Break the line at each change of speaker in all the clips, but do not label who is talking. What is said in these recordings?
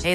Hey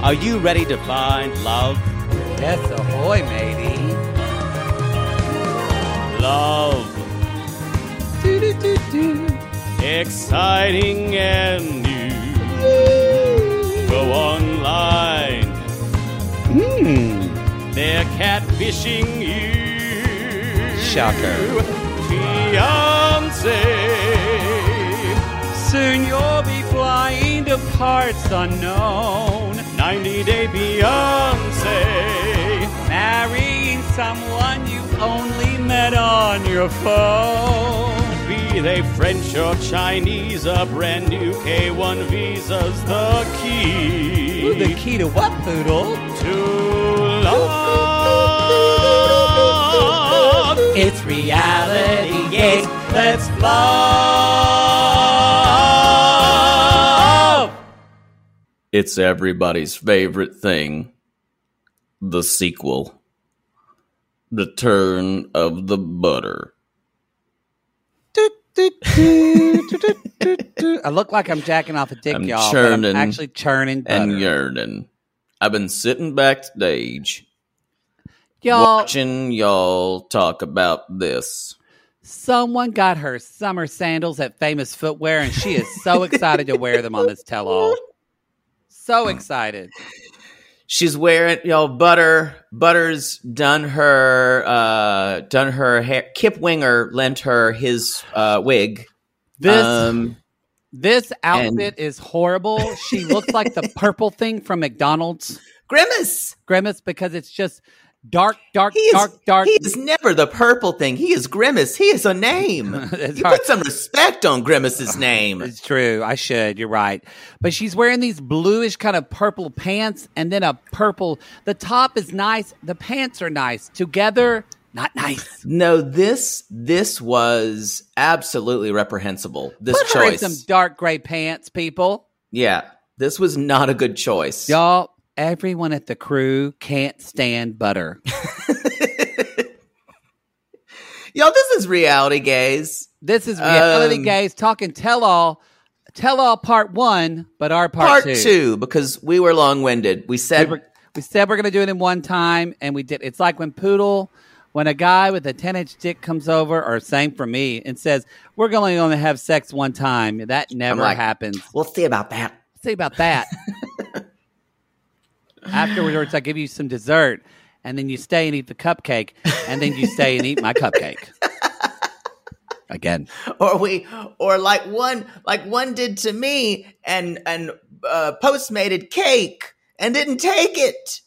Are you ready to find love?
Yes, ahoy, matey.
Love. Exciting and new. Go online.
Hmm.
They're catfishing you.
Shocker.
Fiance.
Soon you'll be flying to parts unknown,
90 Day Beyonce.
marrying someone you've only met on your phone.
Be they French or Chinese, a brand new K1 visa's the key
Ooh, the key to what, Poodle?
to love.
It's reality
Yes,
Let's love.
it's everybody's favorite thing the sequel the turn of the butter
I look like I'm jacking off a dick,
I'm
y'all. but
churning
I'm actually churning butter.
and yearning i've been sitting backstage
y'all.
watching y'all talk about this
Someone got her summer sandals at Famous Footwear, and she is so excited to wear them on this tell-all. So excited.
she's wearing y'all butter butter's done her uh done her hair kip winger lent her his uh wig
This
um
this outfit is horrible. She looks like the purple thing from McDonald's
grimace
Grimace because it's just dark, dark,
He is,
dark, dark.
he is never the purple thing. He is Grimace. He is a name.
It's
you
hard.
put some respect on Grimace's name.
It's true. I should. You're right. But she's wearing these bluish kind of purple pants and then a purple. The top is nice. The pants are nice. Together, not nice.
No, this this was absolutely reprehensible. This
Put her in
choice.
some dark gray pants, people.
yeah. This was not a good choice.
Y'all, everyone at the crew can't stand butter.
Y'all, this is reality gays.
This is reality
Um,
gays talking tell all, tell all part one, but our part,
Part, two. because we were long winded. We
We,
said
were, we said we're going to do it in one time, and we did. It's like when Poodle, when a guy with a 10 inch dick comes over, or same for me, and says, We're only going to have sex one time. That never
like-
happens.
we'll see about that.
Say about that. Afterwards, I give you some dessert, and then you stay and eat the cupcake, and then you stay and eat my cupcake. Again,
Or we or like one like one did to me and and uh postmated cake and didn't take it.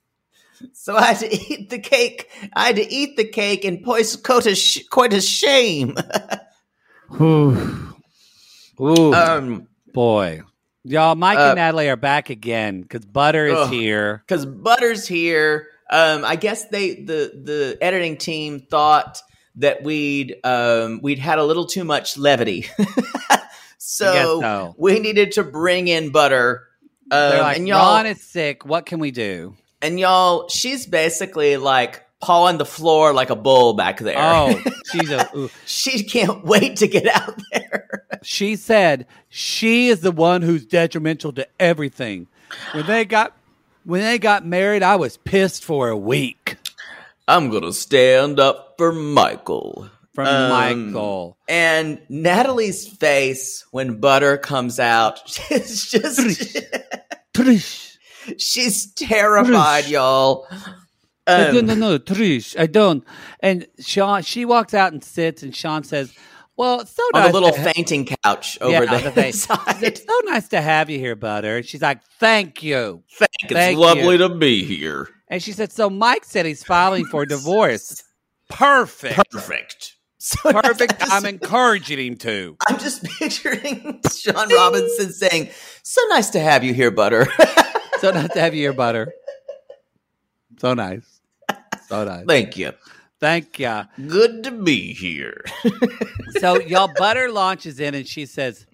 so I had to eat the cake. I had to eat the cake in pois- quite a sh- quite a shame.
ooh
Um
Uh, boy, y'all, Mike
uh,
and Natalie are back again because butter is
Ugh.
here.
because butter's here um i guess they the the editing team thought that we'd um we'd had a little too much levity so,
so.
we needed to bring in butter um,
They're like,
and y'all
Ron is sick. What can we do?
and y'all she's basically like pawing the floor like a bull back there
Oh, she's a ooh.
she can't wait to get out there
She said she is the one who's detrimental to everything. When they got when they got married, I was pissed for a week
I'm gonna stand up for Michael.
from
Um,
Michael.
And Natalie's face when butter comes out, it's just
Trish,
she's terrified, y'all.
I don't
Um,
no, no, Trish, I don't. And Sean, she walks out and sits, and Sean says, "Well, it's so
on
nice
the little
to ha-
fainting couch over
Uh, Yeah,
the,
the thing.
side.
It's so nice to have you here, Butter." And she's like, "Thank you."
It's
Thank
lovely
you.
to be here.
And she said, "So Mike said he's filing for divorce. Perfect,
Perfect. So
perfect.
I'm
I'm
just,
encouraging him to."
I'm just picturing Sean Robinson saying, "So nice to have you here, Butter."
So nice to have you here, Butter. So nice, so nice.
Thank you.
Thank ya.
Good to be here.
So y'all, Butter launches in, and she says,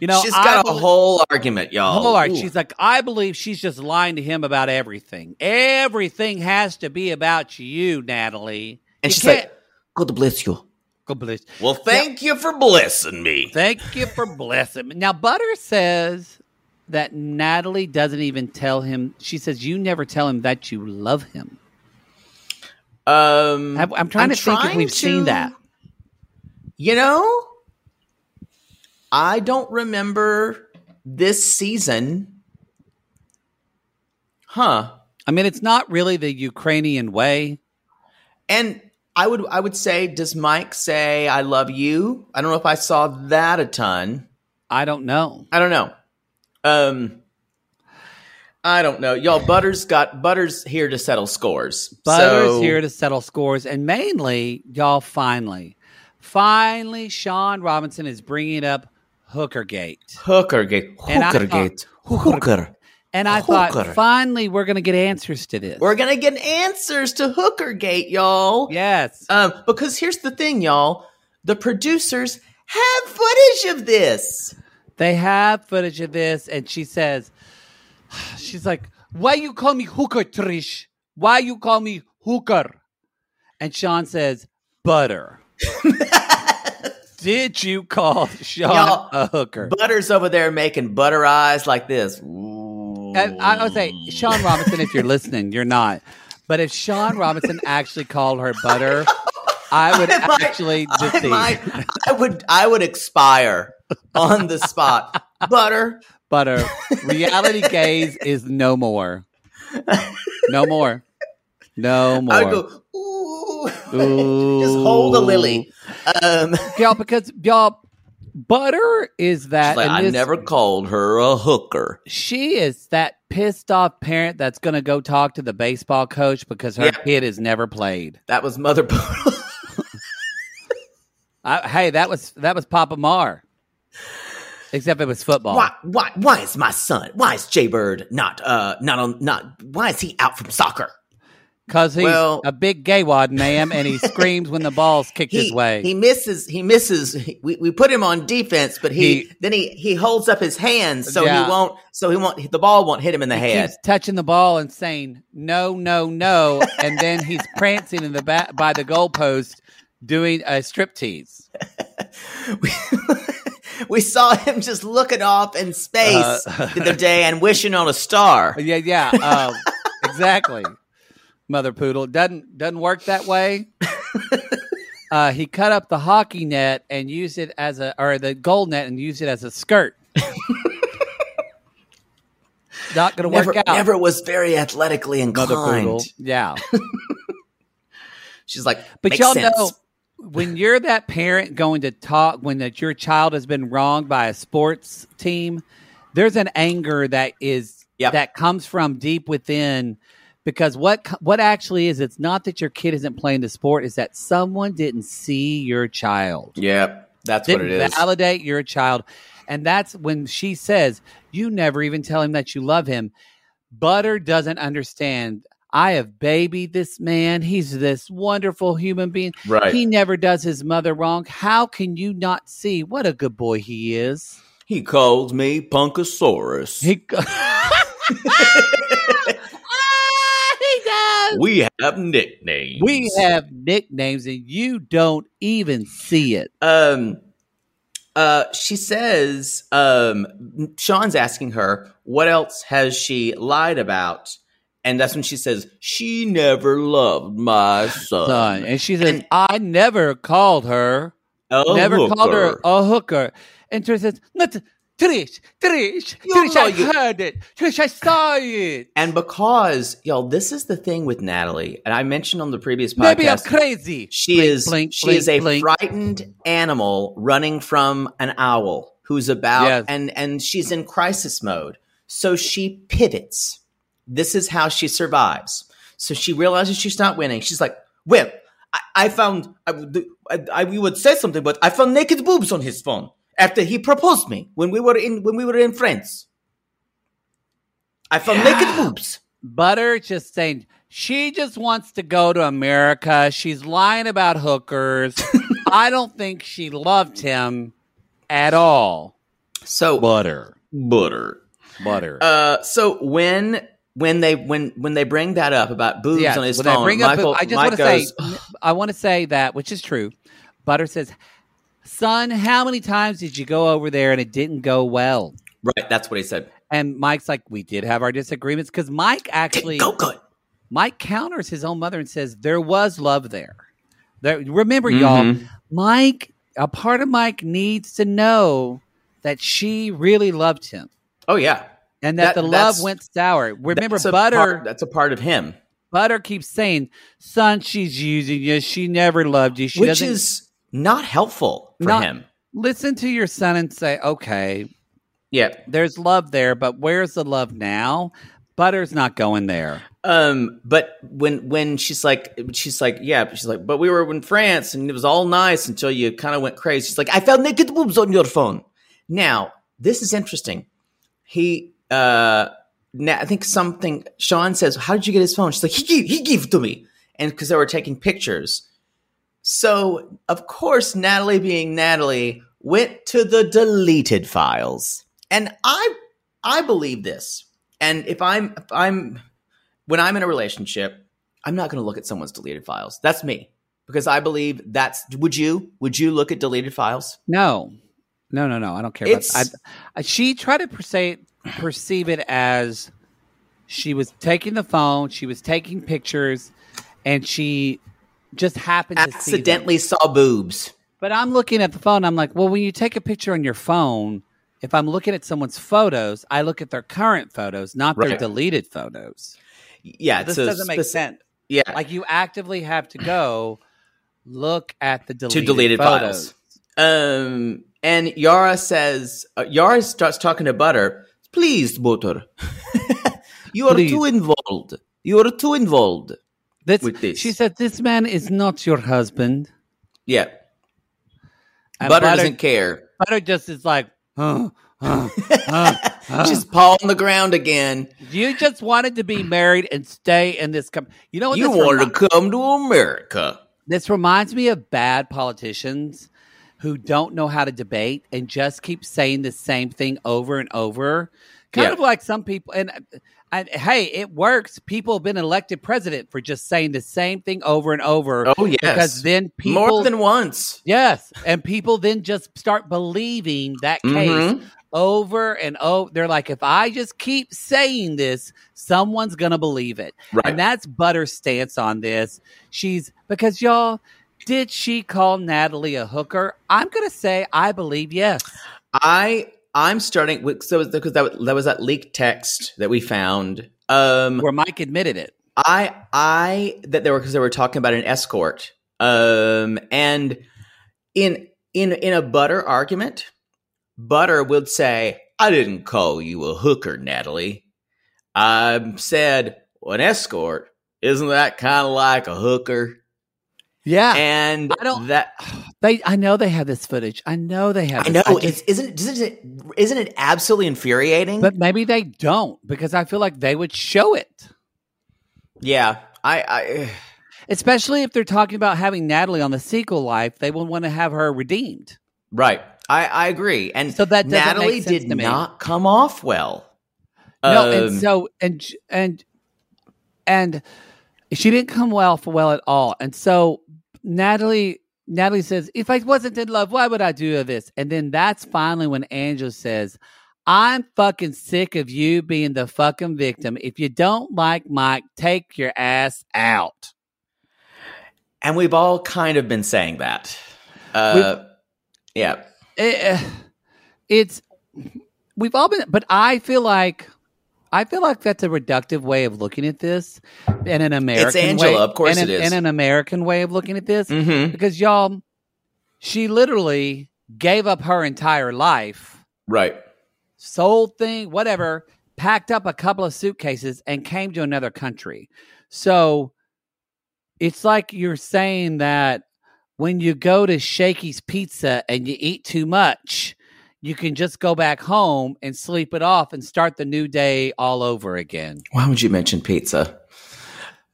"You know,
she's
I
got a
believe-
whole argument, y'all.
Whole art.
Ooh.
She's like, I believe she's just lying to him about everything. Everything has to be about you, Natalie.
and
You
she's
can't-
like, "Good to bless you."
God bless-
Well, thank you for blessing me.
Thank you for blessing me. Now, Butter says that Natalie doesn't even tell him. She says, You never tell him that you love him.
Um,
I'm, I'm trying to think if
trying
we've seen
to-
that.
You know, I don't remember this season. Huh.
I mean, it's not really the Ukrainian way.
And I would I would say, does Mike say I love you? I don't know if I saw that a ton.
I don't know.
I don't know. Um I don't know. Y'all, Butter's got Butter's here to settle scores.
Butter's
So-
here to settle scores, and mainly, y'all, finally, finally, Sean Robinson is bringing up Hookergate.
Hooker gate.
And I
Hooker
thought-
gate. Hooker.
And I
Hooker.
thought, finally, we're going to get answers to this.
We're gonna get answers to Hooker gate, y'all.
yes.
Um, because here's the thing, y'all. The producers have footage of this.
They have footage of this, and she says, she's like, why you call me hooker, Trish? Why you call me hooker? And Sean says, butter. Did you call Sean
Y'all,
a hooker?
Butter's over there making butter eyes like this. Ooh.
And I, I would say, Sean Robinson, if you're listening, you're not. But if Sean Robinson actually called her butter, I would
I might-
actually
I
deceive.
might- I would, I would expire on the spot. butter,
butter. Reality gaze is no more. No more. No
I would
more.
go. Ooh, just hold a lily. Um,
Y'all, because y'all, butter is that.
like,
and
I
this-
never called her a hooker.
She is that pissed off parent that's going to go talk to the baseball coach because her
Yeah.
kid has never played.
That was mother.
I, hey, that was that was Papa Mar. Except it was football.
Why, why, why is my son? Why is Jay Bird not, uh, not on, not? Why is he out from soccer?
Because he's
Well-
a big gay wad, ma'am, and he screams when the ball's kicked
He,
his way.
he misses. He misses. he- we, we put him on defense, but he,
He-
then he he holds up his hands so
Yeah.
he won't. So he won't. The ball won't hit him in the
He
head.
keeps touching the ball and saying no, no, no, and then he's prancing in the back by the goalpost doing a striptease.
we saw him just looking off in space
Uh,
the other day and wishing on a star.
Yeah, yeah, um, exactly. Mother poodle doesn't doesn't work that way. Uh, he cut up the hockey net and used it as a or the goal net and used it as a skirt. Not gonna
Never,
work out.
never was very athletically
Mother
inclined.
poodle. Yeah.
She's like,
But
"Makes
y'all
sense."
know when you're that parent going to talk when that your child has been wronged by a sports team, there's an anger that is
Yep.
that comes from deep within because what co- what actually is it's not that your kid isn't playing the sport it's that someone didn't see your child
Yep, that's what
didn't
it is.
validate your child and that's when she says you never even tell him that you love him butter doesn't understand i have babied this man he's this wonderful human being
Right.
he never does his mother wrong how can you not see what a good boy he is
He calls me Punkosaurus.
he, Ah, he does
we have nicknames.
we have nicknames and you don't even see it
um Uh, she says, um, Sean's asking her, what else has she lied about? And that's when she says, she never loved my son.
Son. And she says, I never called her.
A
never called her
hooker.
a hooker. And Trish says, not Trish, Trish,
You
Trish,
know
I
you-
heard it. Trish, I saw it.
And because, y'all, this is the thing with Natalie, and I mentioned on the previous podcast.
Maybe I'm crazy.
She
Blink,
is
blink,
she
blink,
is a
blink.
frightened animal running from an owl who's about
Yes.
and and she's in crisis mode. So she pivots. This is how she survives. So she realizes she's not winning. She's like, "Well, I, I found I, would- I, I we would say something, but I found naked boobs on his phone after he proposed me when we were in when we were in France. I found naked boobs."
Butter just saying she just wants to go to America. She's lying about hookers. I don't think she loved him at all.
So
Butter.
butter.
Butter.
Uh, so when when they when when they bring that up about boobs
Yes,
on his
when
phone,
I bring
Michael,
up, I just
Mike
want to say,
goes,
I want to say that, which is true. Butter says, "Son, how many times did you go over there and it didn't go well?"
right. That's what he said.
And Mike's like, "We did have our disagreements because Mike actually
Go good.
Mike counters his own mother and says there was love there. There, remember, y'all,
Mm-hmm.
Mike, a part of Mike needs to know that she really loved him
Oh yeah.
and that,
That-
the
that's-
love went sour. Remember,
That's a
Butter.
part- that's a part of him,
Butter keeps saying, "Son, she's using you. She never loved you. She
which
doesn't
is not helpful for
Not-
him.
listen to your son and say, "Okay,
Yeah.
there's love there, but where's the love now?" Butter's not going there.
Um. But when when she's like she's like yeah she's like but we were in France and it was all nice until you kind of went crazy. She's like I found naked boobs on your phone. Now this is interesting. he uh na i think something sean says how did you get his phone she's like he gave, he gave to me and because they were taking pictures so of course natalie being natalie went to the deleted files and i i believe this and if i'm if i'm when i'm in a relationship i'm not going to look at someone's deleted files that's me because i believe that's would you would you look at deleted files
No, no, no, no. I don't care.
It's-
about I, I, she tried to perceive perceive it as she was taking the phone, she was taking pictures, and she just happened to see them.
accidentally saw boobs
But I'm looking at the phone. I'm like, well, when you take a picture on your phone, if I'm looking at someone's photos, I look at their current photos, not their
Right.
deleted photos.
yeah it's
This
a
doesn't make
speci-
sense.
yeah
Like you actively have to go look at the
to
deleted,
deleted
photos.
files. Um, and Yara says, uh, Yara starts talking to Butter. Please, Butter, you are
Please.
too involved. You are too involved.
This,
With this.
She said, "This man is not your husband."
Yeah,
And
Butter, doesn't care.
Butter just is like, huh, huh, huh, huh.
She's paw on the ground again.
you just wanted to be married and stay in this company. You know what?
you
this
want
remi-
to come to America?
This reminds me of bad politicians who don't know how to debate and just keep saying the same thing over and over. Kind
Yeah.
of like some people, and, and hey, it works. People have been elected president for just saying the same thing over and over.
Oh yes,
Because then people.
more than once.
yes. And people then just start believing that case
Mhm.
over and over. They're like, if I just keep saying this, someone's going to believe it.
Right.
And that's Butter's stance on this. She's because y'all, did she call Natalie a hooker? I'm going to say I believe yes.
I I'm starting with so because that, was- that was that leaked text that we found. Um,
Where Mike admitted it.
I I that they were because they were talking about an escort. Um and in in in a butter argument, Butter would say, I didn't call you a hooker, Natalie. I said, well, an escort, isn't that kind of like a hooker? Ah,
Yeah.
And
I don't-
that
they I know they have this footage. I know they have
I
this.
know it's
just-
isn't isn't it isn't it absolutely infuriating?
but maybe they don't because I feel like they would show it.
yeah. I I
Especially if they're talking about having Natalie on the sequel life, they would want to have her redeemed.
right. I, I agree. And
So that doesn't make
Natalie
sense
did
to me.
not come off well.
No,
Um,
and so and and and she didn't come well for well at all. And so Natalie Natalie says, If I wasn't in love, why would I do this? And then that's finally when Angela says, I'm fucking sick of you being the fucking victim. If you don't like Mike, take your ass out.
And we've all kind of been saying that. Uh, yeah.
Eh, it's, we've all been, but I feel like, I feel like that's a reductive way of looking at this and an American
Angela,
way,
of course
and
it
an-
is.
And an American way of looking at this.
Mm-hmm.
because y'all she literally gave up her entire life
Right.
sold thing whatever packed up a couple of suitcases and came to another country so it's like you're saying that when you go to shaky's pizza and you eat too much you can just go back home and sleep it off and start the new day all over again
Why would you mention pizza?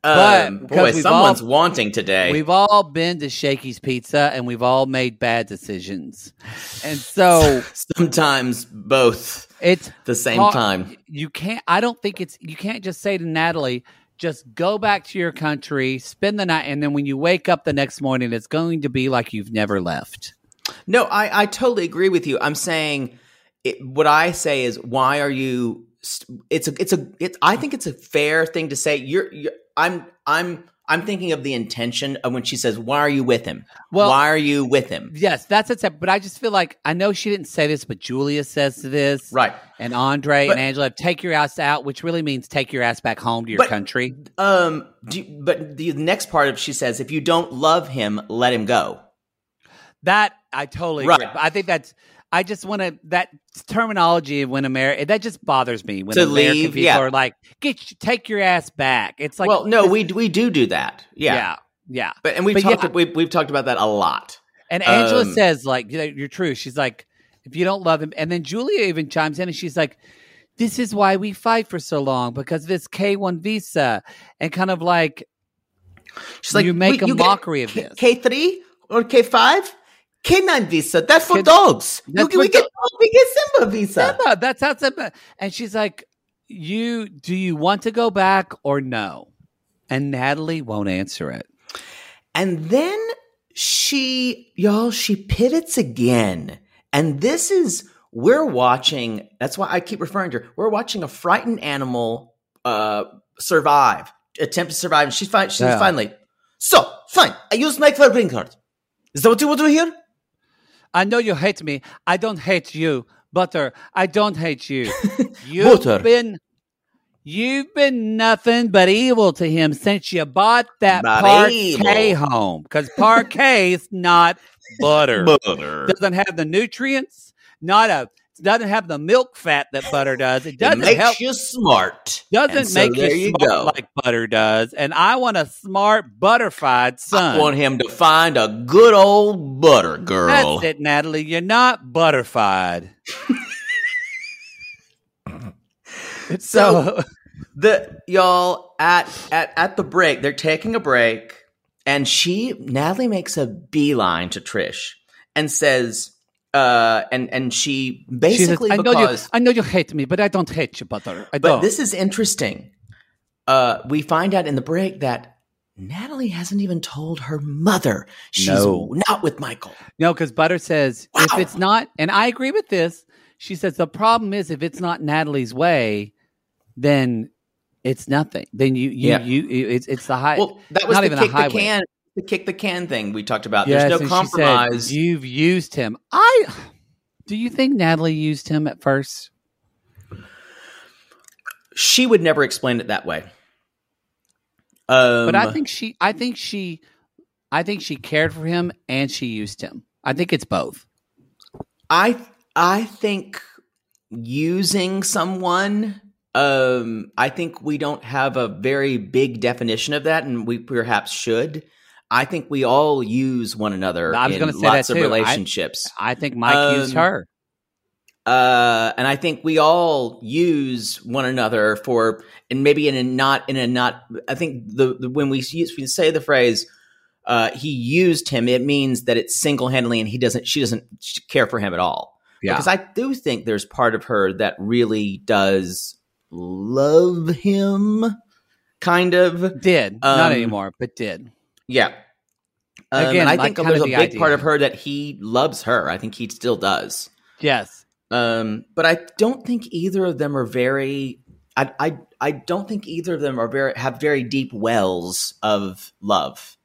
But
um, boy,
because we've
someone's
all-
wanting today.
We've all been to Shaky's Pizza and we've all made bad decisions. And so
Sometimes both
it's
at the same
hard-
time.
You can't I don't think it's you can't just say to Natalie, just go back to your country, spend the night, and then when you wake up the next morning, it's going to be like you've never left.
No, I, I totally agree with you. I'm saying it, what I say is why are you? st- It's a it's a it, I think it's a fair thing to say. You're, you're I'm I'm I'm thinking of the intention of when she says why are you with him?
Well-
why are you with him?
Yes, that's it. But I just feel like I know she didn't say this, but Julia says this.
Right.
And Andre
But-
and Angela, take your ass out, which really means take your ass back home to your
But-
country.
Um. Do you- but the next part of she says if you don't love him, let him go.
That I totally
Right.
agree. But I think that's. I just want to that terminology when America that just bothers me when
To
American
leave,
people
yeah.
are like, get your- take your ass back. It's like,
well, no, we we do do that. Yeah.
yeah, yeah.
But and we've
But
talked
yeah.
we, we've talked about that a lot.
And Angela
Um,
says like, you know, you're true. She's like, if you don't love him, and then Julia even chimes in and she's like, this is why we fight for so long because of this K one visa and kind of like
She's like,
You make
"We-
a
get
mockery of this."
K three or K five, K nine visa. That's for
Kid-
dogs. You
that's
can- we
for
get we get Simba visa.
Emma, that's how Emma. And she's like, you do you want to go back or no? And Natalie won't answer it.
And then she, y'all, she pivots again. And this is we're watching. That's why I keep referring to her. We're watching a frightened animal uh, survive, attempt to survive. And she finds she's
Yeah.
finally. So fine, I use my green card. Is that what you will do here?
I know you hate me. I don't hate you, butter. I don't hate you. You've
Butter.
been you've been nothing but evil to him since you bought that
But
parquet
evil.
home. Because parquet's not butter.
Butter.
Doesn't have the nutrients. Not a doesn't have the milk fat that butter does. It
It
doesn't
makes
help.
you smart.
doesn't
And so
make
there
you, smart like butter does. And I want a smart butterfied son.
I want him to find a good old butter girl.
That's it, Natalie. You're not butterfied. it's so
The y'all at at at the break, they're taking a break, and she Natalie makes a beeline to Trish and says, uh, and and she
She says,
basically
I know you
because
I know you hate me, but I don't hate you, butter. I
but
don't.
this is interesting. Uh, we find out in the break that Natalie hasn't even told her mother she's
No.
not with Michael.
no, because Butter says if
Wow.
it's not and I agree with this, she says the problem is if it's not Natalie's way, then it's nothing. Then you you
Yeah.
you, you it's it's the high
Well, that was
not
the
even a
kick the
highway.
can, the kick the can thing we talked about.
Yes,
There's
and
no
she said,
compromise.
You've used him. I do you think Natalie used him at first?
she would never explain it that way. Um,
but I think she I think she I think she cared for him and she used him. I think it's both.
I I think using someone. Um, I think we don't have a very big definition of that, and we perhaps should. I think we all use one another
I was
in
gonna say that
lots
too.
of
I-
relationships,
I think Mike used
Um,
her.
uh, and I think we all use one another for, and maybe in a not in a not. I think the, the when we use we say the phrase, uh, "He used him," it means that it's single handedly, and he doesn't. She doesn't care for him at all. Because I do think there's part of her that really does love him, kind of.
did.
um,
Not anymore, but did.
Yeah. Um,
Again,
and I
like,
think
kind
there's
of
a
the
big
idea.
part of her that he loves her. I think he still does.
Yes.
Um, but I don't think either of them are very. I, I I don't think either of them are very have very deep wells of love.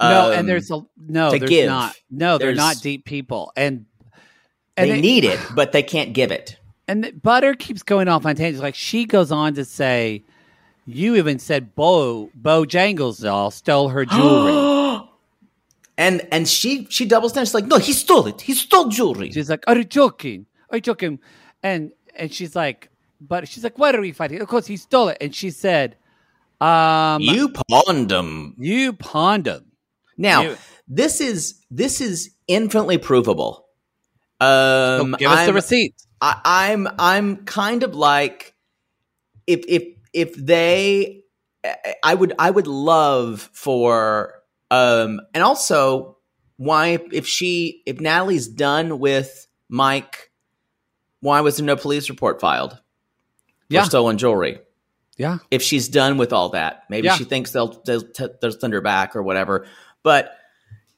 No,
Um,
and there's a no,
to
there's
give.
not. No, they're
There's-
not deep people. And and
they
it-
need it, but they can't give it.
and th- Butter keeps going off on tangents. Like she goes on to say, you even said Bo Bo Jangles doll stole her jewelry.
And and she she doubles down. She's like, no, he stole it. He stole jewelry.
she's like, Are you joking? Are you joking? And and she's like, but she's like, Why are we fighting? Of course he stole it. And she said, Um you,
you pawned him.
pawned him.
Now
You-
this is this is infinitely provable. Um,
So give us the
I'm-
receipt.
I, I'm I'm kind of like if if if they I- I would I would love for um and also why if she if Natalie's done with Mike why was there no police report filed for
Yeah.
stolen jewelry
Yeah.
if she's done with all that maybe
Yeah.
she thinks they'll they'll, t- they'll send her back or whatever but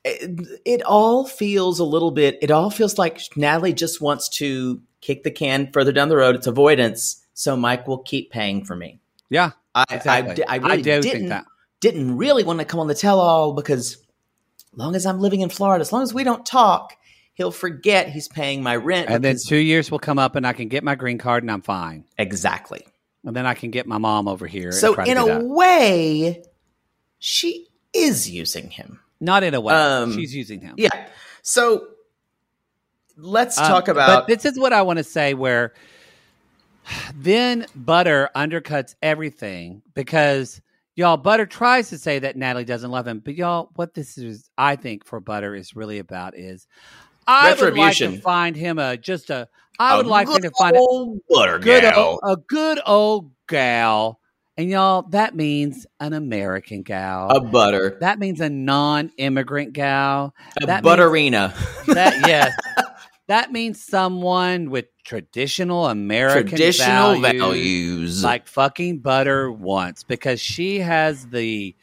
it, it all feels a little bit it all feels like natalie just wants to kick the can further down the road it's avoidance so mike will keep paying for me
Yeah.
i I,
Exactly.
di- I really
do
didn't,
think that.
didn't really want to come on the tell all because as long as i'm living in florida as long as we don't talk he'll forget he's paying my rent
And then
because-
two years will come up and I can get my green card and I'm fine.
exactly
And then I can get my mom over here. and
so
try to
in
do
a
that.
way she is using him
not in a way.
Um,
She's using him.
Yeah. So let's
Um,
talk about
But this is what I want to say where then Butter undercuts everything because y'all Butter tries to say that Natalie doesn't love him, but y'all what this is I think for Butter is really about is I would like to
Retribution.
find him a just a I would like him to find a
old butter
good
gal.
old, a good old gal. And y'all that means an American gal.
a butter,
that means a non-immigrant gal.
a
that
butterina,
That yes. that means someone with traditional American
traditional
values,
values.
like fucking butter wants because she has the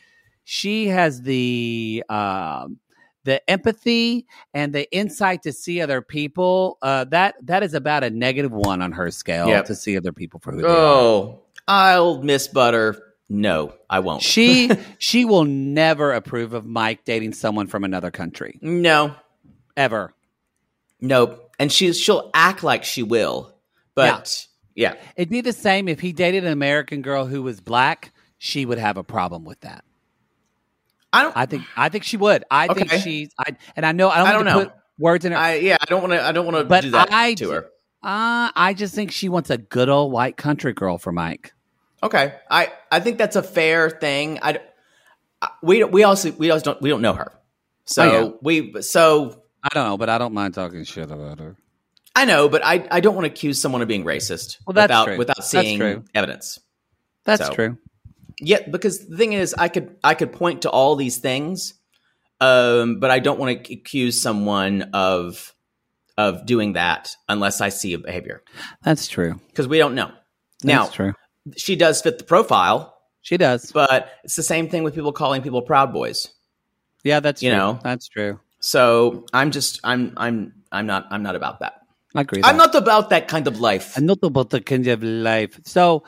she has the um the empathy and the insight to see other people uh that that is about a negative 1 on her scale
Yep.
to see other people for who they are.
oh, I'll miss butter. No, I won't.
She she will never approve of Mike dating someone from another country
no,
ever.
no, and she she'll act like she will, but yeah,
It'd be the same if he dated an American girl who was black. She would have a problem with that.
I don't.
I think. I think she would. I
Okay.
think she's. I and I know. I don't,
I
want
don't
to
know.
put words in her. I,
I yeah, I don't want to. I don't want to
But
do that
I
to
d-
her.
uh, I just think she wants a good old white country girl for Mike.
Okay, I I think that's a fair thing. I, d- I- we don't- we also we also don't we don't know her, so
Oh, yeah.
we so
I don't know, but I don't mind talking shit about her.
I know, but I I don't want to accuse someone of being racist
Well, that's
without
true.
without
That's
seeing
true.
evidence.
That's
So-
true.
Yeah, because the thing is, I could I could point to all these things, um, but I don't want to accuse someone of of doing that unless I see a behavior
That's true.
because we don't know. Now
That's true.
she does fit the profile,
She does.
but it's the same thing with people calling people proud boys.
yeah, that's
you
true.
know.
That's true.
So I'm just I'm I'm I'm not I'm not about that.
I agree. with
I'm
that.
not about that kind of life.
And not about the kind of life. So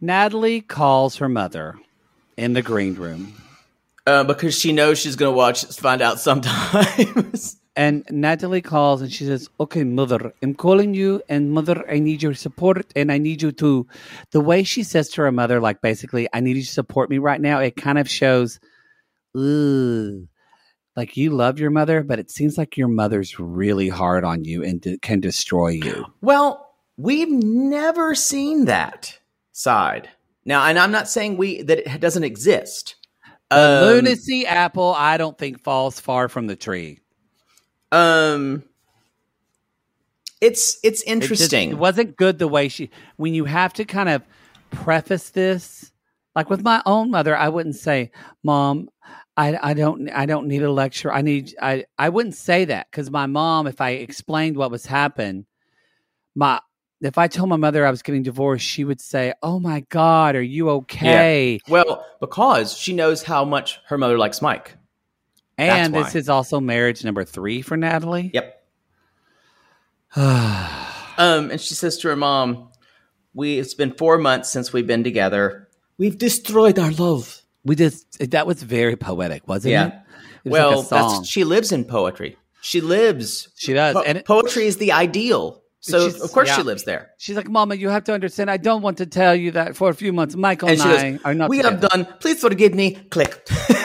Natalie calls her mother in the green room.
Uh, because she knows she's gonna watch find out sometimes.
And Natalie calls and she says, Okay, mother, I'm calling you. And mother, I need your support. And I need you to, the way she says to her mother, like basically, I need you to support me right now. It kind of shows, ooh, like you love your mother, but it seems like your mother's really hard on you and de- can destroy you.
well, we've never seen that side. Now, and I'm not saying we that it doesn't exist.
The
Um,
lunacy apple, I don't think falls far from the tree.
Um, it's it's
It just-
interesting.
It, wasn't good the way she when you have to kind of preface this. Like with my own mother, I wouldn't say, "Mom, I, I don't I don't need a lecture. I need I I wouldn't say that because my mom, if I explained what was happened, my if I told my mother I was getting divorced, she would say, "Oh my God, are you okay?"
well, because she knows how much her mother likes Mike.
And
That's
this
why.
is also marriage number three for Natalie.
Yep. um, and she says to her mom, "We it's been four months since we've been together. We've destroyed our love."
We just that was very poetic, wasn't
Yeah.
it? it was
well,
like a song.
that's she lives in poetry. She lives.
She does,
po-
and it-
poetry is the ideal. So
She's-
of course
yeah.
she lives there.
she's like, "Mama, you have to understand. I don't want to tell you that for a few months, Michael and,
And she
I
goes,
are not.
"We have
together."
done. Please forgive me." Click.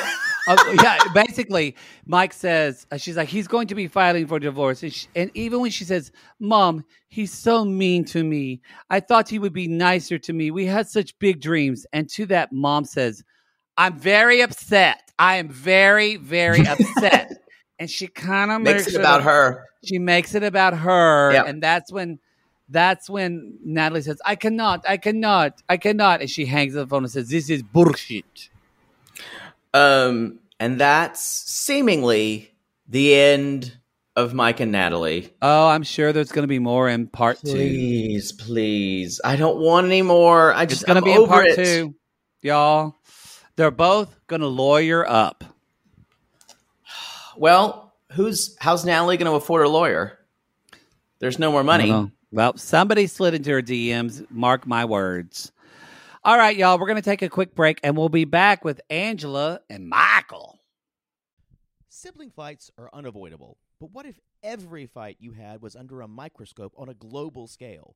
Oh, yeah, basically, Mike says uh, she's like he's going to be filing for divorce, and, she, and even when she says, "Mom, he's so mean to me. I thought he would be nicer to me. We had such big dreams." And to that, Mom says, "I'm very upset. I am very, very upset." and she kind of
Makes it about her.
She makes it about her,
Yeah.
and that's when. That's when Natalie says, I cannot, I cannot, I cannot. And she hangs up the phone and says, This is bullshit.
Um, and that's seemingly the end of Mike and Natalie.
Oh, I'm sure there's going to be more in part two.
Please, please. I don't want any more. I
It's
just
going to
I'm
be
over
in part
it.
two, y'all. They're both going to lawyer up.
Well, who's how's Natalie going to afford a lawyer? There's no more money.
Well, Well, somebody slid into her DMs. Mark my words. All right, y'all. We're going to take a quick break, and we'll be back with Angela and Michael.
Sibling fights are unavoidable, but what if every fight you had was under a microscope on a global scale?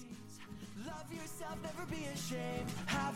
Love yourself, never be ashamed. Have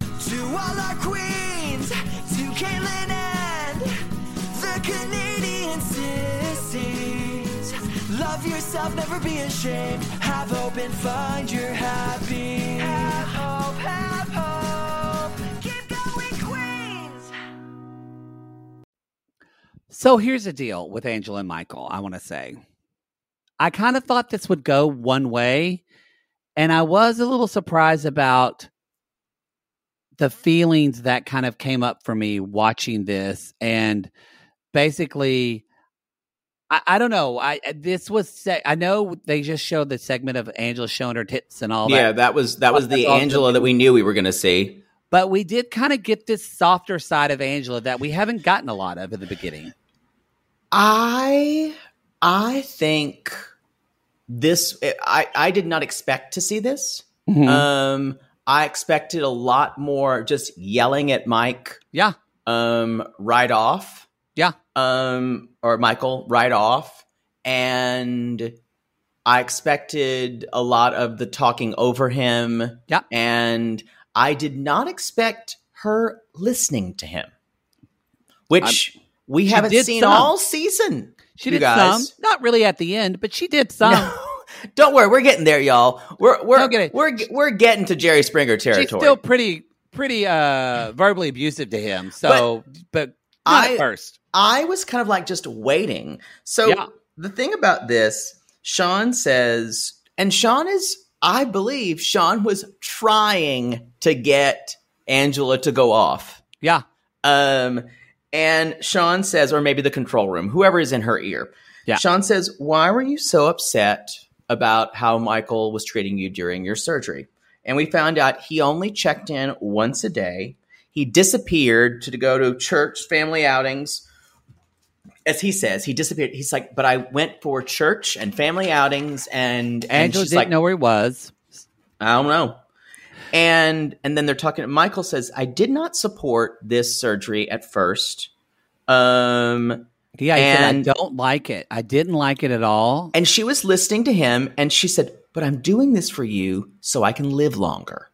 To all our queens, to Caitlin and the Canadian sissies. Love yourself, never be ashamed. Have hope and find your happy. Have hope, have hope. Keep going, Queens.
So here's the deal with Angela and Michael. I want to say, I kind of thought this would go one way, and I was a little surprised about the feelings that kind of came up for me watching this. And basically, I, I don't know. I I- this was se- I know they just showed the segment of Angela showing her tits and all that.
yeah, that was that was the
That's awesome.
Angela that we knew we were going to see.
But we did kind of get this softer side of Angela that we haven't gotten a lot of in the beginning.
I I think this I I did not expect to see this.
Uh,
Um I expected a lot more just yelling at Mike
yeah.
um right off.
Yeah.
Um or Michael right off and I expected a lot of the talking over him.
Yeah.
And I did not expect her listening to him. Which we haven't
did
seen
some.
all season.
She
you
did
guys.
some, not really at the end, but she did some.
Don't worry, we're getting there, y'all. We're we're
Don't get it.
we're we're getting to Jerry Springer territory.
She's still pretty, pretty uh, verbally abusive to him. So, but, not
I-
at first.
I was kind of like just waiting. So
Yeah.
the thing about this, Sean says, and Sean is, I believe, Sean was trying to get Angela to go off.
Yeah,
Um, and Sean says, or maybe the control room, whoever is in her ear.
Yeah.
Sean says, Why were you so upset about how Michael was treating you during your surgery. And we found out he only checked in once a day. He disappeared to go to church family outings. As he says, he disappeared. He's like, but I went for church and family outings, and and
Angela
she's
didn't
like,
know where he was.
I don't know. And and then they're talking. Michael says, "I did not support this surgery at first. Um,
Yeah, he
And-
said, I don't like it. I didn't like it at all.
and she was listening to him, and she said, "But I'm doing this for you so I can live longer."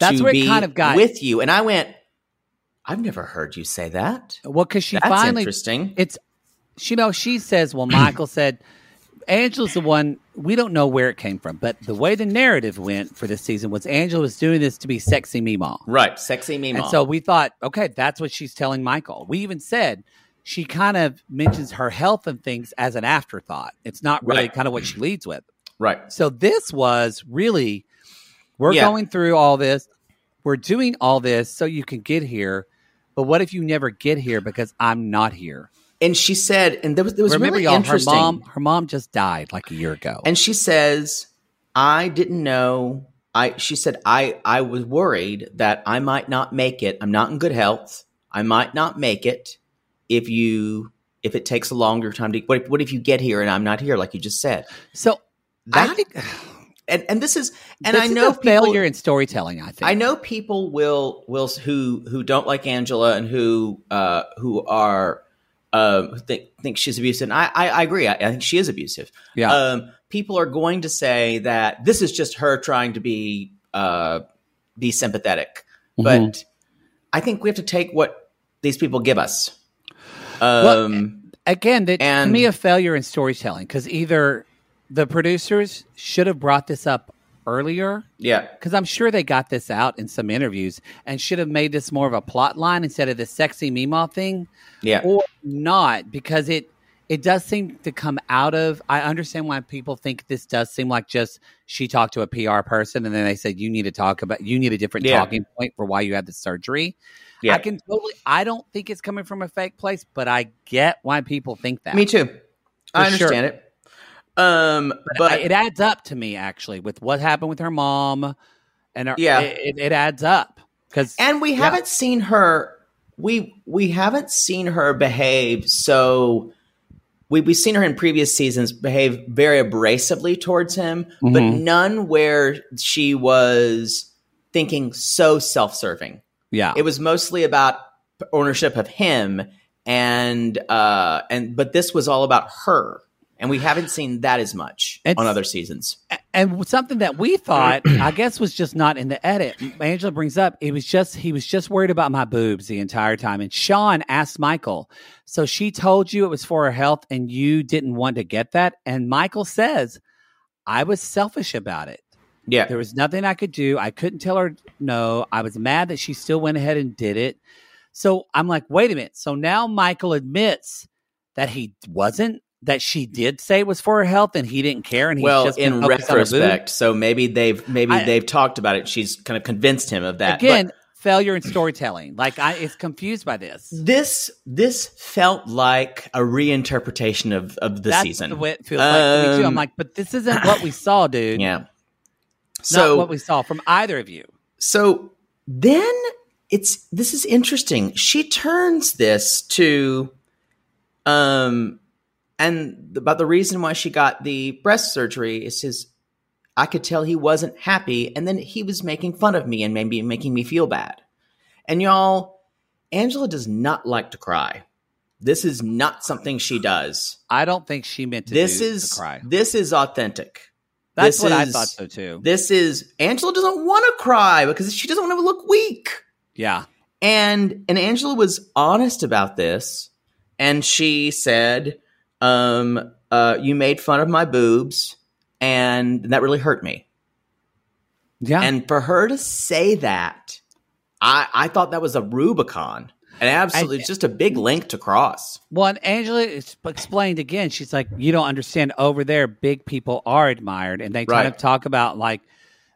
That's
to
where it
be
kind of got.
with you. And I went, "I've never heard you say that."
well, because she
That's
finally,
interesting.
it's she know she says. Well, Michael said, Angela's the one. We don't know where it came from, but the way the narrative went for this season was Angela was doing this to be sexy Meemaw.
right, sexy me.
And
mom.
so we thought, okay, that's what she's telling Michael. We even said she kind of mentions her health and things as an afterthought. It's not really
Right.
kind of what she leads with.
right,
So this was really we're
Yeah.
going through all this. We're doing all this so you can get here. But what if you never get here because I'm not here?
and she said, and there was there was
Remember
really
y'all, her
interesting.
mom her mom just died like a year ago.
and she says i didn't know i she said i i was worried that i might not make it i'm not in good health i might not make it if you if it takes a longer time to what if, what if you get here and i'm not here like you just said
so
I-
I think
and and this is and
this
i
is
know
a
people-
failure in storytelling, I think.
I know people will will who who don't like Angela and who uh, who are um, who think think she's abusive. And I I, I agree. I, I think she is abusive.
Yeah.
Um, people are going to say that this is just her trying to be uh, be sympathetic,
Mm-hmm.
but I think we have to take what these people give us. Um,
again that
And-
to me a failure in storytelling because either the producers should have brought this up earlier
yeah.
because i'm sure they got this out in some interviews and should have made this more of a plot line instead of the sexy meemaw thing
Yeah.
or not because it it does seem to come out of i understand why people think this does seem like just she talked to a pr person and then they said you need to talk about you need a different
Yeah.
talking point for why you had the surgery
Yeah.
i can totally i don't think it's coming from a fake place but i get why people think that
Me too. I
For sure.
understand it. Um, but
I- it adds up to me actually with what happened with her mom and her,
Yeah.
it, it adds up because
and we haven't seen her we we haven't seen her behave so we, we've seen her in previous seasons behave very abrasively towards him but none where she was thinking so self-serving
yeah
it was mostly about ownership of him and uh and but this was all about her and we haven't seen that as much
It's-
on other seasons
and something that we thought i guess was just not in the edit angela brings up it was just he was just worried about my boobs the entire time and sean asked michael so she told you it was for her health and you didn't want to get that and michael says i was selfish about it
yeah
There was nothing I could do. I couldn't tell her no. I was mad that she still went ahead and did it. So I'm like, wait a minute. So now Michael admits that he wasn't, that she did say it was for her health and he didn't care. And he's
well,
just been
in
focused on her boob.
retrospect, so maybe they've maybe
I-
they've talked about it. She's kind of convinced him of that.
Again, failure in storytelling. Like, I is confused by this.
but this this felt like a reinterpretation of of the
That's
season.
the way it feels like to me too. I'm
Um,
like, but this isn't what we saw, dude.
yeah.
Not
So
what we saw from either of you.
so then it's this is interesting. She turns this to um and about the reason why she got the breast surgery is his I could tell he wasn't happy and then he was making fun of me and maybe making me feel bad. And y'all, Angela does not like to cry. This is not something she does.
I don't think she meant to
This
do- to
is
cry.
this is authentic.
That's
this
what I
is-
thought so too.
This is Angela doesn't want to cry because she doesn't want to look weak.
yeah.
And and Angela was honest about this, and she said, um, uh, "You made fun of my boobs, and that really hurt me."
Yeah.
And for her to say that, I I thought that was a Rubicon, an absolutely just a big link to cross.
Well, and Angela ex- explained again. She's like, you don't understand. Over there, big people are admired, and they
Right.
kind of talk about like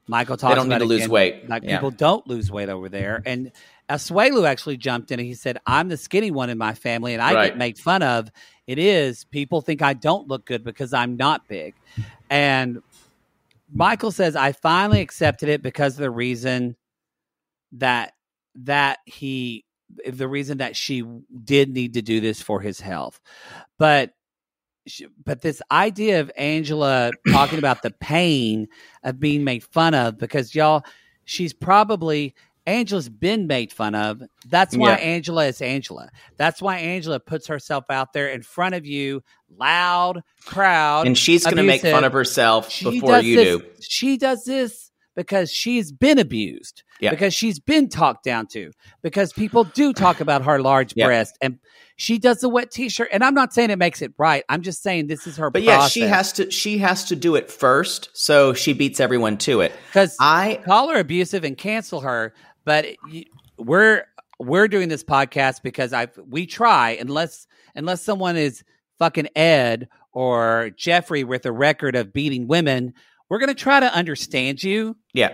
Michael talks
don't need
about
to
it
lose
again.
weight.
Like
Yeah.
people don't lose weight over there. And Asuelu actually jumped in and he said, "I'm the skinny one in my family, and I
Right.
get made fun of. It is people think I don't look good because I'm not big." And Michael says, "I finally accepted it because of the reason that that he the reason that she did need to do this for his health, but." sh- but this idea of Angela talking about the pain of being made fun of because y'all, she's probably Angela's been made fun of. That's why
Yeah.
Angela is Angela. That's why Angela puts herself out there in front of you, loud, proud,
and she's going to make fun of
abusive.
herself
She
before
does
you
this-
do.
She does this because she's been abused.
Yeah.
Because she's been talked down to. Because people do talk about her large
Yeah.
breast and she does the wet t-shirt. And I'm not saying it makes it right. I'm just saying this is her
But yeah, she has to she has to do it first, so she beats everyone to it.
because
I
call her abusive and cancel her. But y- we're we're doing this podcast because I we try unless unless someone is fucking Ed or Jeffrey with a record of beating women, we're gonna try to understand you
yeah,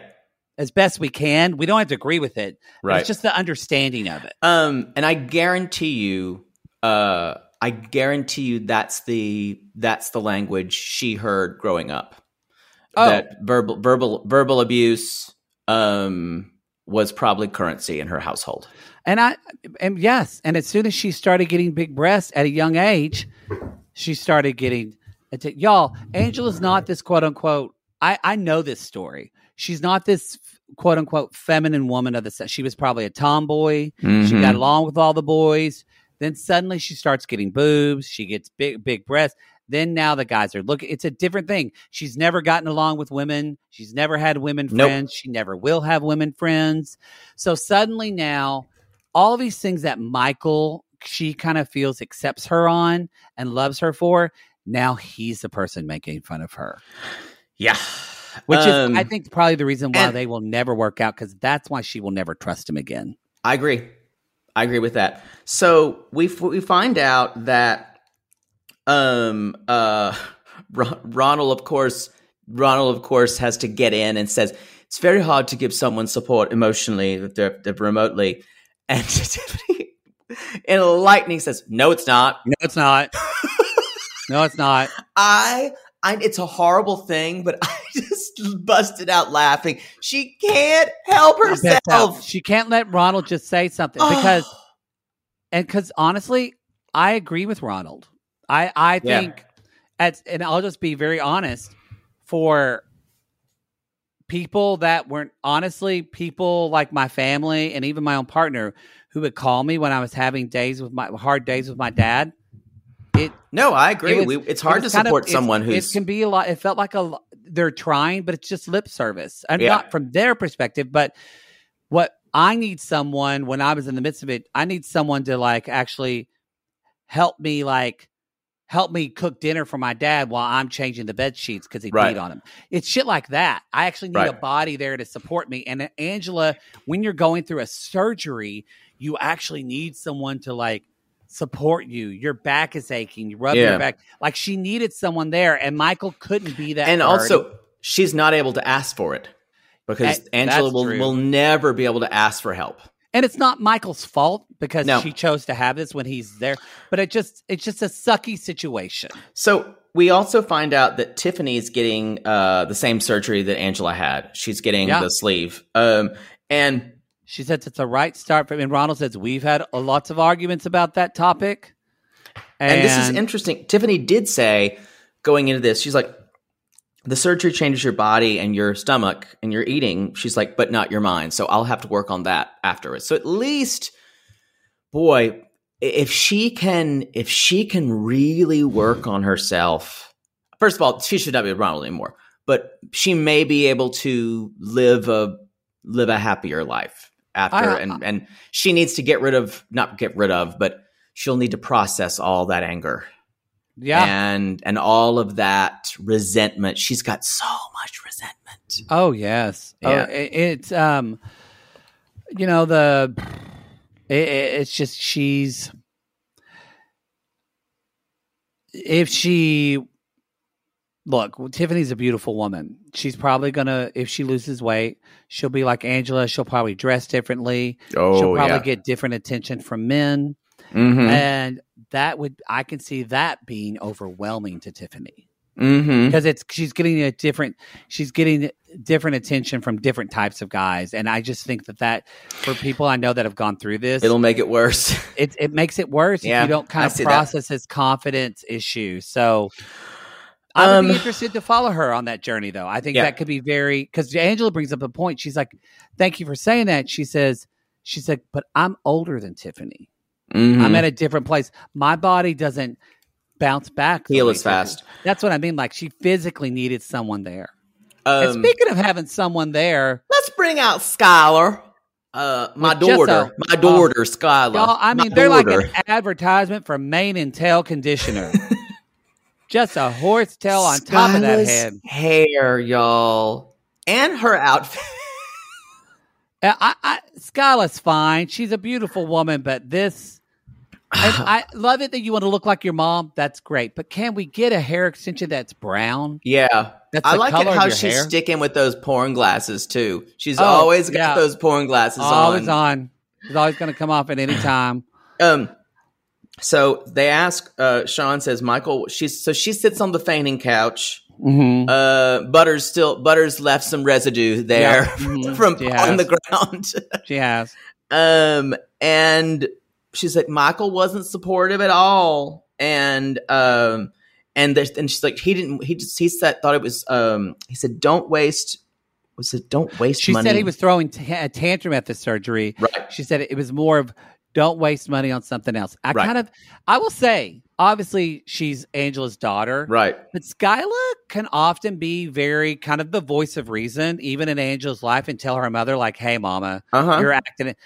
as best we can. We don't have to agree with it. but
Right.
It's just the understanding of it.
Um, and I guarantee you, uh, I guarantee you that's the that's the language she heard growing up.
Oh.
That verbal verbal verbal abuse um was probably currency in her household.
And I and yes, and as soon as she started getting big breasts at a young age, she started getting atta- y'all. Angela's not this quote unquote. I I know this story. She's not this quote unquote feminine woman of the set. She was probably a tomboy. She got along with all the boys. Then suddenly she starts getting boobs. She gets big big breasts. Then now the guys are looking. It's a different thing. She's never gotten along with women. She's never had women
Nope.
friends. She never will have women friends. So suddenly now all these things that Michael she kind of feels accepts her on and loves her for. Now he's the person making fun of her,
Yeah.
which
Um,
is I think probably the reason why
and-
they will never work out because that's why she will never trust him again.
I agree. I agree with that. So we f- we find out that um uh Ron- Ronald of course Ronald of course has to get in and says it's very hard to give someone support emotionally if they're, they're remotely and Tiffany in lightning says no it's not
No, it's not. no, it's not.
I I it's a horrible thing but I just busted out laughing she can't help
I bet that-
herself
She can't let Ronald just say something because and because honestly, I agree with Ronald. I I
Yeah.
think at and I'll just be very honest for people that weren't honestly people like my family and even my own partner who would call me when I was having days with my hard days with my dad. It
no I agree
it was-
we, it's
it
hard to
was kind of-
support
it's-
someone who's
it can be a lot. It felt like a lo- they're trying, but it's just lip service, and
Yeah.
not from their perspective. But what I need someone when I was in the midst of it, I need someone to like actually help me, like help me cook dinner for my dad while I'm changing the bed sheets because he
Right.
peed on him. It's shit like that. I actually need a
Right.
body there to support me. And uh, Angela, when you're going through a surgery, you actually need someone to like support you. Your back is aching. You rub
Yeah.
your back. Like she needed someone there, and Michael couldn't be that.
and
for her.
also she's not able to ask for it because
That-
Angela
that's
will,
true.
will never be able to ask for help.
and it's not Michael's fault because
No.
she chose to have this when he's there. But it just it's just a sucky situation.
So we also find out that Tiffany is getting uh, the same surgery that Angela had. She's getting
Yeah.
the sleeve. Um, and
She says it's a right start for me. And Ronald says we've had a lots of arguments about that topic.
and this is interesting. Tiffany did say going into this, she's like, the surgery changes your body and your stomach and your eating. She's like, but not your mind. So I'll have to work on that afterwards. So at least, boy, i- if she can, if she can really work on herself, first of all, she should not be with Ronald anymore. But she may be able to live a live a happier life after,
I-
and and she needs to get rid of not get rid of, but she'll need to process all that anger
yeah.
and and all of that resentment. She's got so much resentment.
Oh yes,
Yeah.
Oh, it, it's um, you know the, it, it- it's just she's. If she look, Tiffany's a beautiful woman. She's probably gonna, if she loses weight, she'll be like Angela. She'll probably dress differently. she'll
Oh,
probably
yeah.
get different attention from men,
Mm-hmm.
and that would I can see that being overwhelming to Tiffany
Mm-hmm.
because it's she's getting a different she's getting different attention from different types of guys, and I just think that that for people I know that have gone through this,
It'll make it worse.
it it makes it worse
Yeah,
if you don't
I
kind of
see that.
process his confidence issue. So I would be
Um,
interested to follow her on that journey, though. I think
Yeah.
that could be very because Angela brings up a point. She's like, "Thank you for saying that." She says, "She said, but I'm older than Tiffany.
Mhm.
I'm at a different place. My body doesn't bounce back the
Heal
way
as
Tiffany-
fast.
That's what I mean. Like she physically needed someone there. and
Um,
speaking of having someone there,
let's bring out Skylar. Uh, my
Well, just
daughter,
a- Oh,
my daughter, Skylar.
y'all, I
My
mean, they're like
daughter.
an advertisement for mane and tail conditioner. Just a horse tail on top of that
Skylar's
head.
hair, y'all, and her outfit.
Uh, I, I, Skyla's fine. She's a beautiful woman, but this. And I love it that you want to look like your mom. That's great. But can we get a hair extension that's brown?
Yeah,
That's
I
the
like it
color of
how
your
she's
hair?
sticking with those porn glasses too. She's
Oh,
always got
yeah.
those porn glasses
always on. Oh, It's always going to come off at any time.
Um, so they ask. Uh, Sean says, "Michael, she's so she sits on the fainting couch.
Mm-hmm.
Uh, Butters still Butters left some residue there
Yeah. Mhm.
from
Yeah.
on the ground.
She has.
um, and she's like, Michael wasn't supportive at all, and um, and there's and she's like, he didn't. He just he said thought it was. Um, he said, don't waste. Was it don't waste
She
money?
said he was throwing ta- a tantrum at the surgery.
Right.
She said it was more of don't waste money on something else. I
Right.
kind of, I will say, obviously she's Angela's daughter,
right.
But Skyla can often be very kind of the voice of reason, even in Angela's life, and tell her mother, like, hey, mama,
Uh huh.
you're acting. it."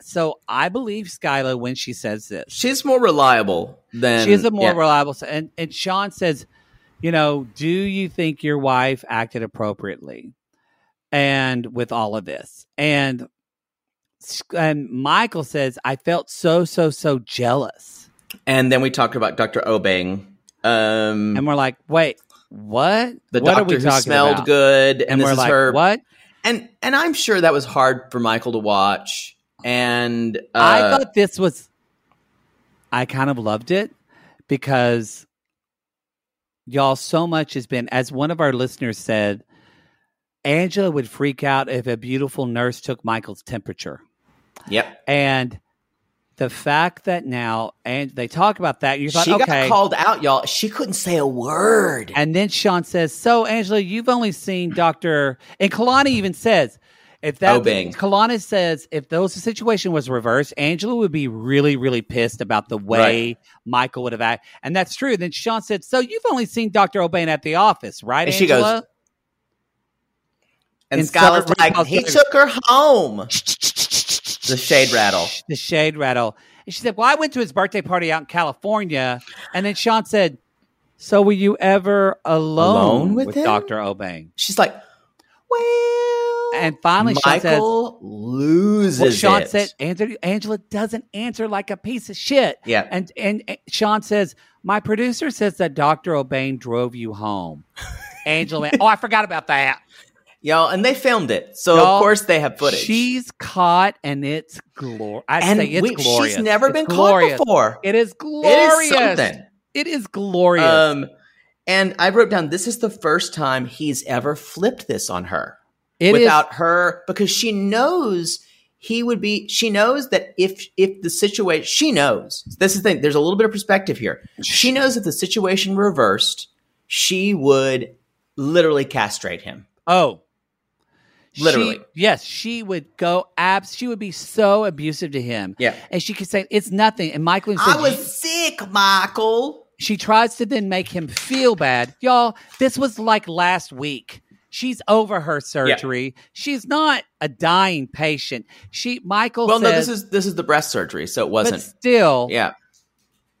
So I believe Skyla when she says this.
She's more reliable than
she is a more
yeah.
reliable. s- And, and Sean says, you know, do you think your wife acted appropriately? And with all of this. And, s- and Michael says, I felt so, so, so jealous.
And then we talked about Dr. Obang. Um,
And we're like, wait, what?
the
what are we
doctor who
talking
smelled
about?
good, and,
And,
this
we're
is
like,
her.
what?
And and I'm sure that was hard for Michael to watch. And uh,
I thought this was. I kind of loved it because y'all so much has been as one of our listeners said. Angela would freak out if a beautiful nurse took Michael's temperature,
yep,
and the fact that now and they talk about that, you thought
she
okay.
got called out, y'all. She couldn't say a word.
And then Sean says, "So Angela, you've only seen Doctor." And Kalani even says, "If that
Obing.
Kalani says if those the situation was reversed, Angela would be really, really pissed about the way Michael would have acted." And that's true. Then Sean said, "So you've only seen Doctor Obane at the office, right?"
And she goes,
Angela?
And,
And
Skylar's
Summer
like,
Breakout's
he
like-
took her home. the shade rattle.
the shade rattle. And she said, "Well, I went to his birthday party out in California." And then Sean said, "So were you ever alone,
Alone with him?
Doctor Obane?"
She's like, well,
And finally, Sean says,
Michael loses.
Well, Sean
it.
said Angela, Angela doesn't answer like a piece of shit.
Yeah.
And and uh, Sean says, My producer says that Dr. Obane drove you home. Angela, oh, I forgot about that.
y'all, and they filmed it, so
Y'all,
of course they have footage.
She's caught and it's glorious. I
and
say it's
we-
glorious.
she's never
It's
been
glorious.
caught before.
It is
it is
glorious.
something.
It is glorious.
Um, and I wrote down this is the first time he's ever flipped this on her
It is-
without her because she knows he would be. She knows that if if the situation, she knows this is the thing. There's a little bit of perspective here. She knows if the situation reversed, she would literally castrate him.
Oh.
Literally.
She- yes, she would go abs. She would be so abusive to him.
Yeah.
And she could say, it's nothing. And Michael would say,
I was sick, Michael.
She tries to then make him feel bad. Y'all, this was like last week. She's over her surgery. She's not a dying patient. She Michael
Well,
says
no, this is this is the breast surgery, so it
but
wasn't.
still
Yeah,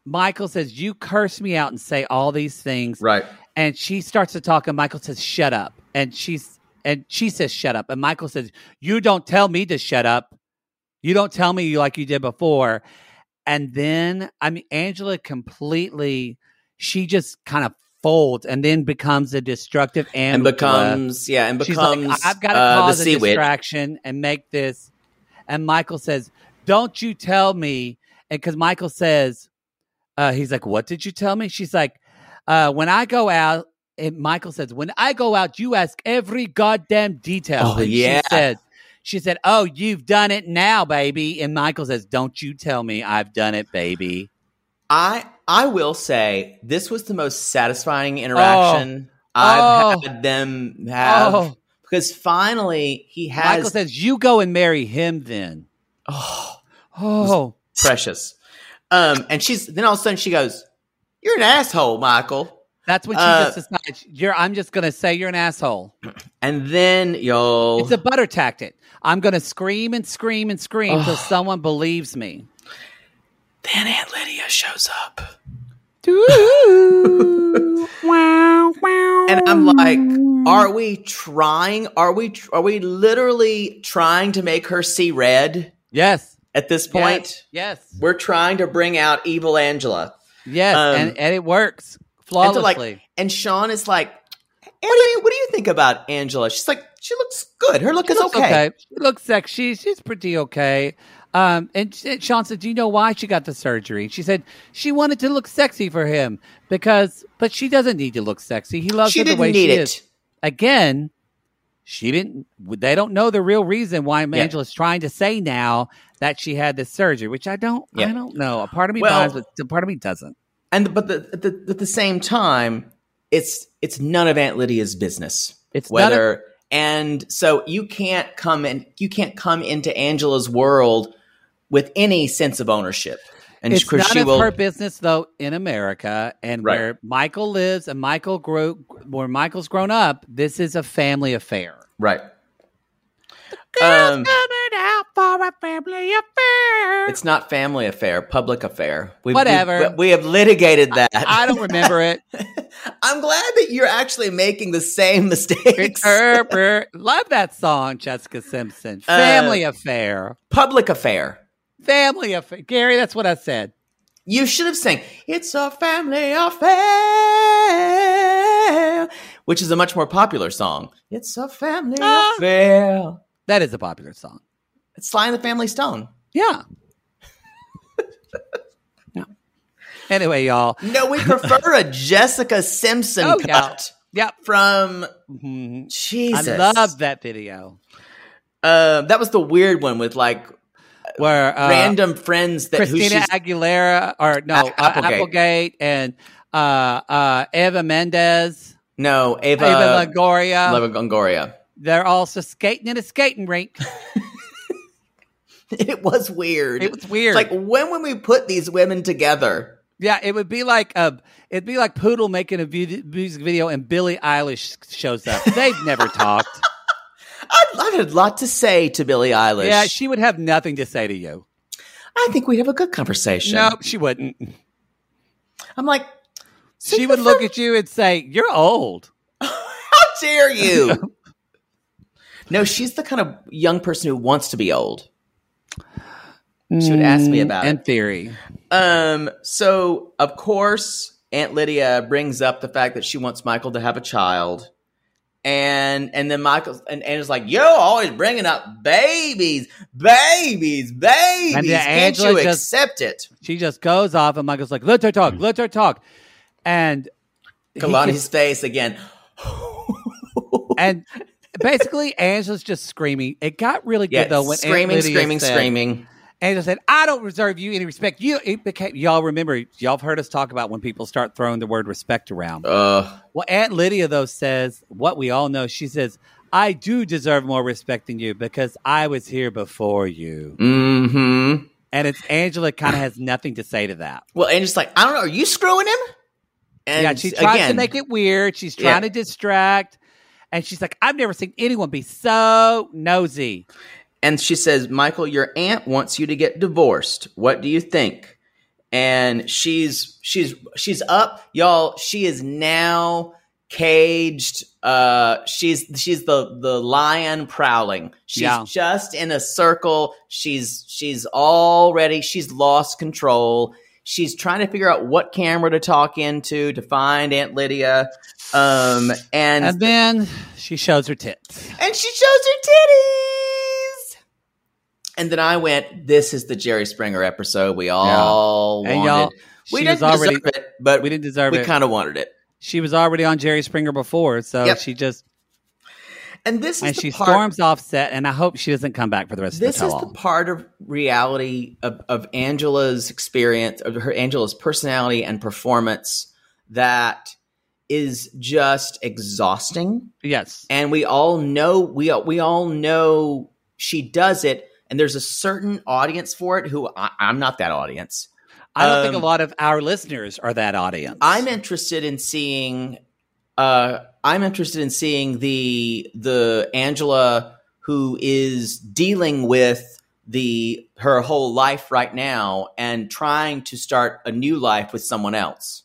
Michael says, You curse me out and say all these things.
right.
And she starts to talk and Michael says, Shut up. And she's and she says, Shut up. And Michael says, You don't tell me to shut up. You don't tell me like you did before. And then I mean Angela completely she just kind of folds and then becomes a destructive
and
amber.
becomes yeah, and
uh, She's
becomes
like, I've got to
uh,
cause
the
a
sea witch.
distraction and make this. And Michael says, "Don't you tell me." And because Michael says, uh, he's like, "What did you tell me?" She's like, uh, "When I go out." And Michael says, "When I go out, you ask every goddamn detail."
Oh,
And
yeah.
She says, "She said, oh, you've done it now, baby." And Michael says, "Don't you tell me I've done it, baby."
I I will say this was the most satisfying interaction I've
Oh.
had them have
Oh.
because finally he has
Michael says, "You go and marry him, then." Oh,
precious. Um, and she's then all of a sudden she goes, "You're an asshole, Michael."
that's when she
Uh,
just decides. You're. I'm just gonna say you're an asshole.
And then yo,
It's a butter tactic. I'm gonna scream and scream and scream till someone believes me.
then Aunt Lydia shows up, and I'm like, "Are we trying? Are we are we literally trying to make her see red
Yes.
at this point?"
Yes.
We're trying to bring out evil Angela.
Yes.
Um,
and, and it works
And,
flawlessly.
they're like, and Sean is like, what do, you, what do you think about Angela? She's like, she looks good. Her look
She
is
looks
okay.
She looks sexy. She's pretty okay. Um, and sh- and Sean said, "Do you know why she got the surgery?" She said she wanted to look sexy for him because, but she doesn't need to look sexy. He loves
She
her the
didn't
way
need
she
it.
is. Again, she didn't. They don't know the real reason why Angela's trying to say now that she had this surgery, which I don't.
Yeah.
I don't know. A part of me
Well-
buys, but a part of me doesn't.
And but the, at the, at the same time, it's it's none of Aunt Lydia's business.
It's none of-
whether and so you can't come and you can't come into Angela's world with any sense of ownership. And
it's
of course
none
she
of
will.
her business though in America and
Right.
where Michael lives and Michael grew where Michael's grown up. This is a family affair.
Right. Um, It's not family affair, public affair. We've,
Whatever.
We've, we have litigated that.
I don't remember it.
I'm glad that you're actually making the same mistakes.
Er, er. Love that song, Jessica Simpson.
Uh,
Family affair.
public affair.
Family affair. Gary, that's what I said.
You should have sang "It's a Family Affair," which is a much more popular song. It's a family
Ah.
affair.
That is a popular song.
It's Sly and the Family Stone.
Yeah. yeah. Anyway, y'all.
No, we prefer a Jessica Simpson
Oh, yeah.
cut
Yep.
from
Mhm. I
Jesus.
love that video.
Uh, that was the weird one with like
Where uh,
random friends that who
Christina
she's
Aguilera or no
A-
uh,
Applegate.
Applegate. and uh, uh, Eva Mendez,
no Ava,
Eva Longoria.
Ava Longoria.
They're also skating in a skating rink.
It was weird.
It was weird.
It's like when would we put these women together?
yeah, it would be like a it'd be like Poodle making a vid- music video and Billie Eilish shows up. They've never talked.
I'd, I'd had a lot to say to Billie Eilish.
Yeah, she would have nothing to say to you.
I think we'd have a good conversation.
No, she wouldn't.
I'm like,
She would look at you and say, "You're old."
how dare you? no, she's the kind of young person who wants to be old. She would ask me about
Mm, In
it.
theory,
Um, so of course, Aunt Lydia brings up the fact that she wants Michael to have a child. And and then Michael and, and it's like, yo, always bringing up babies, babies, babies.
And then
Can't you
Angela just-
accept it?
she just goes off, and Michael's like, "Let her talk. Let her talk." And he
Kalani's face again.
and basically Angela's just screaming. It got really good
Yeah,
though when Aunt
screaming,
Lydia
screaming,
said-
screaming.
Angela said, "I don't reserve you any respect." You it became y'all remember y'all have heard us talk about when people start throwing the word respect around.
Uh,
Well, Aunt Lydia though says what we all know. She says, "I do deserve more respect than you because I was here before you."
mm-hmm.
And it's Angela kind of has nothing to say to that.
Well, and just like, I don't know, are you screwing him? And
yeah, she tries
again,
to make it weird. She's trying
Yeah.
to distract. And she's like, I've never seen anyone be so nosy.
And she says, Michael, your aunt wants you to get divorced. What do you think? And she's she's she's up, y'all. She is now caged. Uh, she's she's the the lion prowling. She's
Yeah.
just in a circle. She's she's already she's lost control. She's trying to figure out what camera to talk into to find Aunt Lydia. Um, and
And then she shows her tits.
and she shows her titties. And then I went, "This is the Jerry Springer episode we all
And
wanted.
y'all,
we
she
didn't
was already-
deserve it, but
We
we,
didn't deserve it.
kind of wanted it."
she was already on Jerry Springer before, so
Yep.
she just
And this is
and
the
she
part,
storms off set. And I hope she doesn't come back for the rest
This
of
is
the
the
tell-all.
part of reality of, of Angela's experience, of her Angela's personality and performance that is just exhausting.
yes,
and we all know we all, we all know she does it and there's a certain audience for it who I, i'm not that audience
I don't think a
um,
lot of our listeners are that audience.
i'm interested in seeing uh i'm interested in seeing the the angela who is dealing with the her whole life right now and trying to start a new life with someone else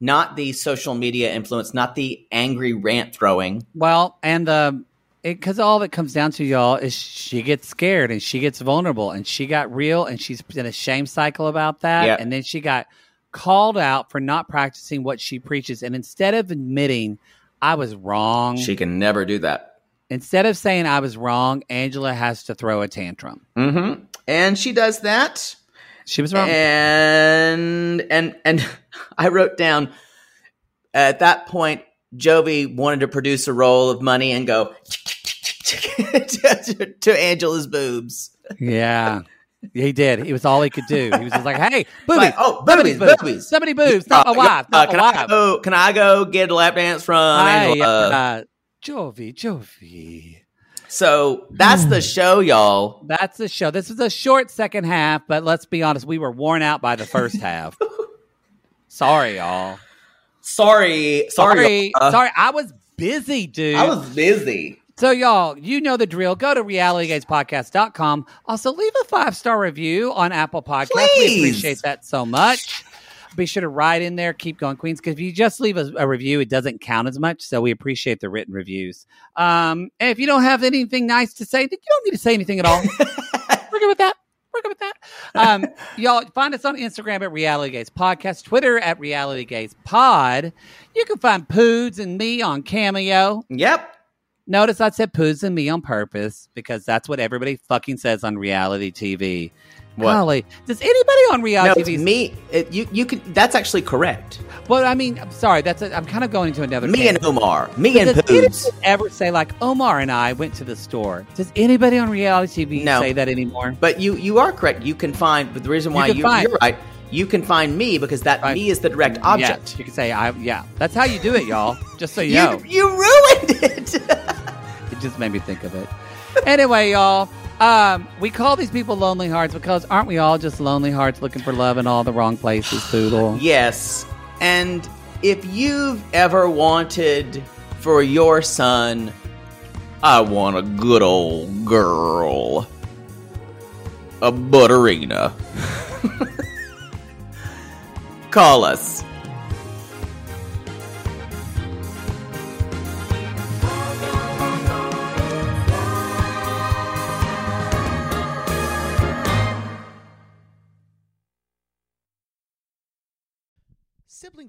not the social media influence not the angry rant throwing
well, and the because all that comes down to y'all is she gets scared and she gets vulnerable and she got real and she's in a shame cycle about that.
Yep.
And then she got called out for not practicing what she preaches. And instead of admitting I was wrong,
she can never do that
instead of saying I was wrong, Angela has to throw a tantrum.
Mm-hmm. And she does that.
She was wrong.
And and and I wrote down at that point, Jovi wanted to produce a roll of money and go to, to Angela's boobs.
yeah. He did. It was all he could do. He was just like, "Hey, boobies!
Like, oh, boobies,
somebody's
boobies.
Somebody boobs! Not my
Uh,
wife!
uh,
Not my
can I
wife!"
go? Can I go get a lap dance from
Hi,
Angela?
uh, Jovi, Jovi.
so that's
Hmm.
the show, y'all.
That's the show. This is a short second half, but let's be honest, we were worn out by the first half. Sorry, y'all.
Sorry, sorry,
Sorry,
y'all. Uh,
sorry. I was busy, dude.
I was busy.
So, y'all, you know the drill. Go to realitygazepodcast.com. Also, leave a five star review on Apple Podcasts. We
Please.
appreciate that so much. Be sure to write in there, keep going, Queens, because if you just leave a, a review, it doesn't count as much. So, we appreciate the written reviews. Um, and if you don't have anything nice to say, then you don't need to say anything at all. We're good with that. We're good with that. Um, y'all find us on Instagram at Reality Gaze Podcast, Twitter at Reality Gaze Pod. You can find Poods and me on Cameo.
Yep.
Notice I said poos and me on purpose because that's what everybody fucking says on reality TV.
What?
Golly, does anybody on
No,
reality
it's
TV?
me. It, you you can. That's actually correct.
Well, I mean, I'm sorry, that's a, I'm kind of going into another.
Me and
tangent.
Omar. Me and
Does
Poobs.
anybody ever say like Omar and I went to the store? Does anybody on reality TV
No.
say that anymore?
But you you are correct. You can find. But the reason why
can
you
find-
you're right. You can find me because that
Right.
me is the direct object.
Yeah, you can say I. Yeah, that's how you do it, y'all. Just so you, know.
You you ruined it.
It just made me think of it. anyway, y'all, um, we call these people lonely hearts because aren't we all just lonely hearts looking for love in all the wrong places, Poodle?
yes. And if you've ever wanted for your son, I want a good old girl, a butterina. Call us.
Sibling